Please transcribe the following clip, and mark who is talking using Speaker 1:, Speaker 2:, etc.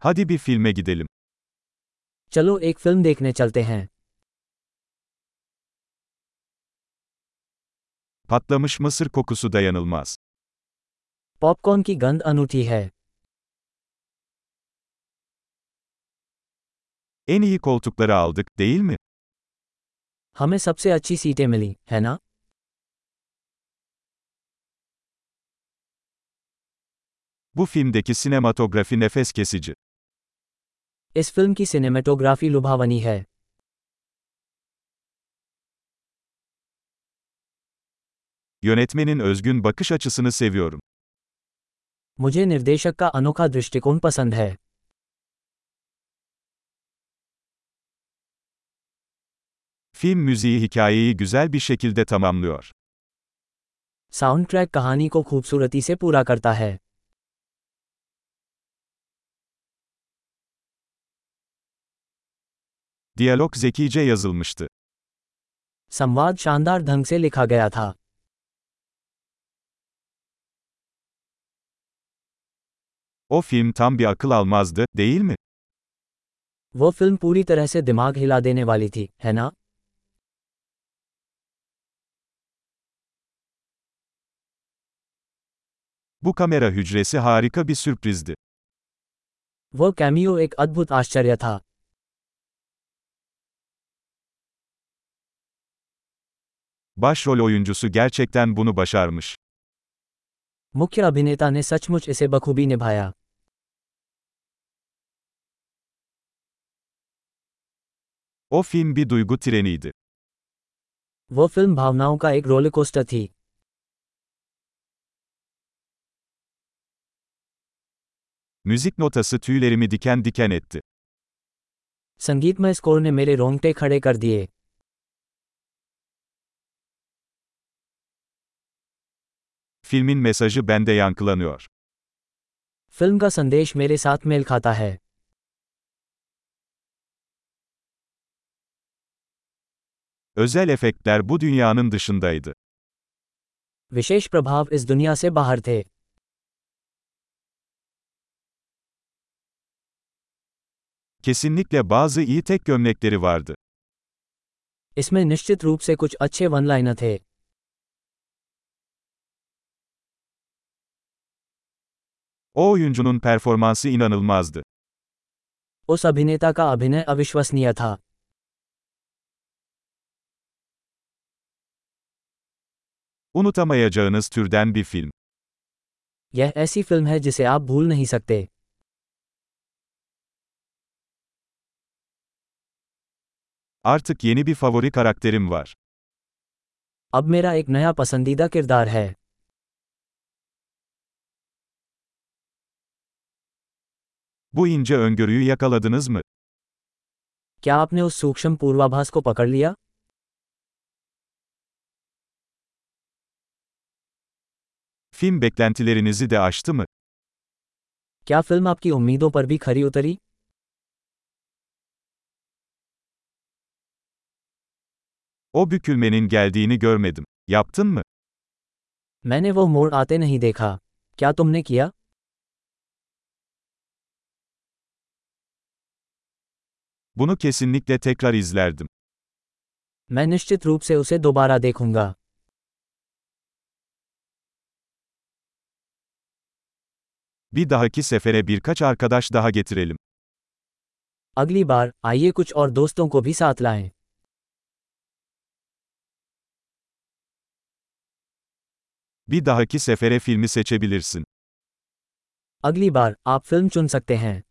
Speaker 1: Hadi bir filme gidelim.
Speaker 2: चलो एक film देखने चलते हैं
Speaker 1: Patlamış mısır kokusu dayanılmaz.
Speaker 2: Popcorn की गंध अनूठी है
Speaker 1: En iyi koltukları aldık, değil mi?
Speaker 2: हमें सबसे अच्छी सीटें मिली है ना
Speaker 1: Bu filmdeki sinematografi nefes kesici.
Speaker 2: इस फिल्म की सिनेमेटोग्राफी लुभावनी है
Speaker 1: Yönetmenin özgün bakış açısını seviyorum.
Speaker 2: मुझे निर्देशक का अनोखा दृष्टिकोण पसंद है
Speaker 1: Film müziği hikayeyi güzel bir şekilde tamamlıyor.
Speaker 2: Soundtrack कहानी को खूबसूरती से पूरा करता है
Speaker 1: Diyalog zekice yazılmıştı.
Speaker 2: संवाद शानदार ढंग से लिखा गया था
Speaker 1: O film tam bir akıl almazdı, değil mi?
Speaker 2: वो फिल्म पूरी तरह से दिमाग हिला देने वाली थी है ना
Speaker 1: Bu kamera hücresi harika bir sürprizdi.
Speaker 2: वो कैमियो एक अद्भुत आश्चर्य था
Speaker 1: Başrol oyuncusu gerçekten bunu başarmış.
Speaker 2: मुख्य अभिनेता ने सचमुच इसे बखूबी निभाया
Speaker 1: O film bir duygu treniydi.
Speaker 2: वो फिल्म भावनाओं का एक रोलकोस्टर थी
Speaker 1: Müzik notası tüylerimi diken diken etti.
Speaker 2: संगीतमय स्कोर ने मेरे रोंगटे खड़े कर दिए
Speaker 1: Filmin mesajı bende yankılanıyor.
Speaker 2: Film का संदेश मेरे साथ मेल खाता है
Speaker 1: Özel efektler bu dünyanın dışındaydı.
Speaker 2: विशेष प्रभाव इस दुनिया से बाहर थे
Speaker 1: Kesinlikle bazı iyi tek gömlekleri vardı.
Speaker 2: इसमें निश्चित रूप से कुछ अच्छे वन लाइनर थे
Speaker 1: O oyuncunun performansı inanılmazdı.
Speaker 2: उस अभिनेता का अभिनय अविश्वसनीय था
Speaker 1: Unutamayacağınız türden bir film.
Speaker 2: यह ऐसी फिल्म है जिसे आप भूल नहीं सकते
Speaker 1: Artık yeni bir favori karakterim var.
Speaker 2: अब मेरा एक नया पसंदीदा किरदार है
Speaker 1: Bu ince öngörüyü yakaladınız mı?
Speaker 2: क्या आपने उस सूक्ष्म पूर्वाभास को पकड़ लिया
Speaker 1: Film beklentilerinizi de aştı mı?
Speaker 2: क्या फिल्म आपकी उम्मीदों पर भी खरी उतरी
Speaker 1: O bükülmenin geldiğini görmedim. Yaptın mı?
Speaker 2: मैंने वो मोड़ आते नहीं देखा क्या तुमने किया
Speaker 1: Bunu kesinlikle tekrar izlerdim.
Speaker 2: मैं निश्चित रूप से उसे दोबारा देखूंगा
Speaker 1: Bir dahaki sefere birkaç arkadaş daha getirelim.
Speaker 2: अगली बार आइए कुछ और दोस्तों को भी साथ लाएं
Speaker 1: Bir dahaki sefere filmi seçebilirsin.
Speaker 2: अगली बार आप फिल्म चुन सकते हैं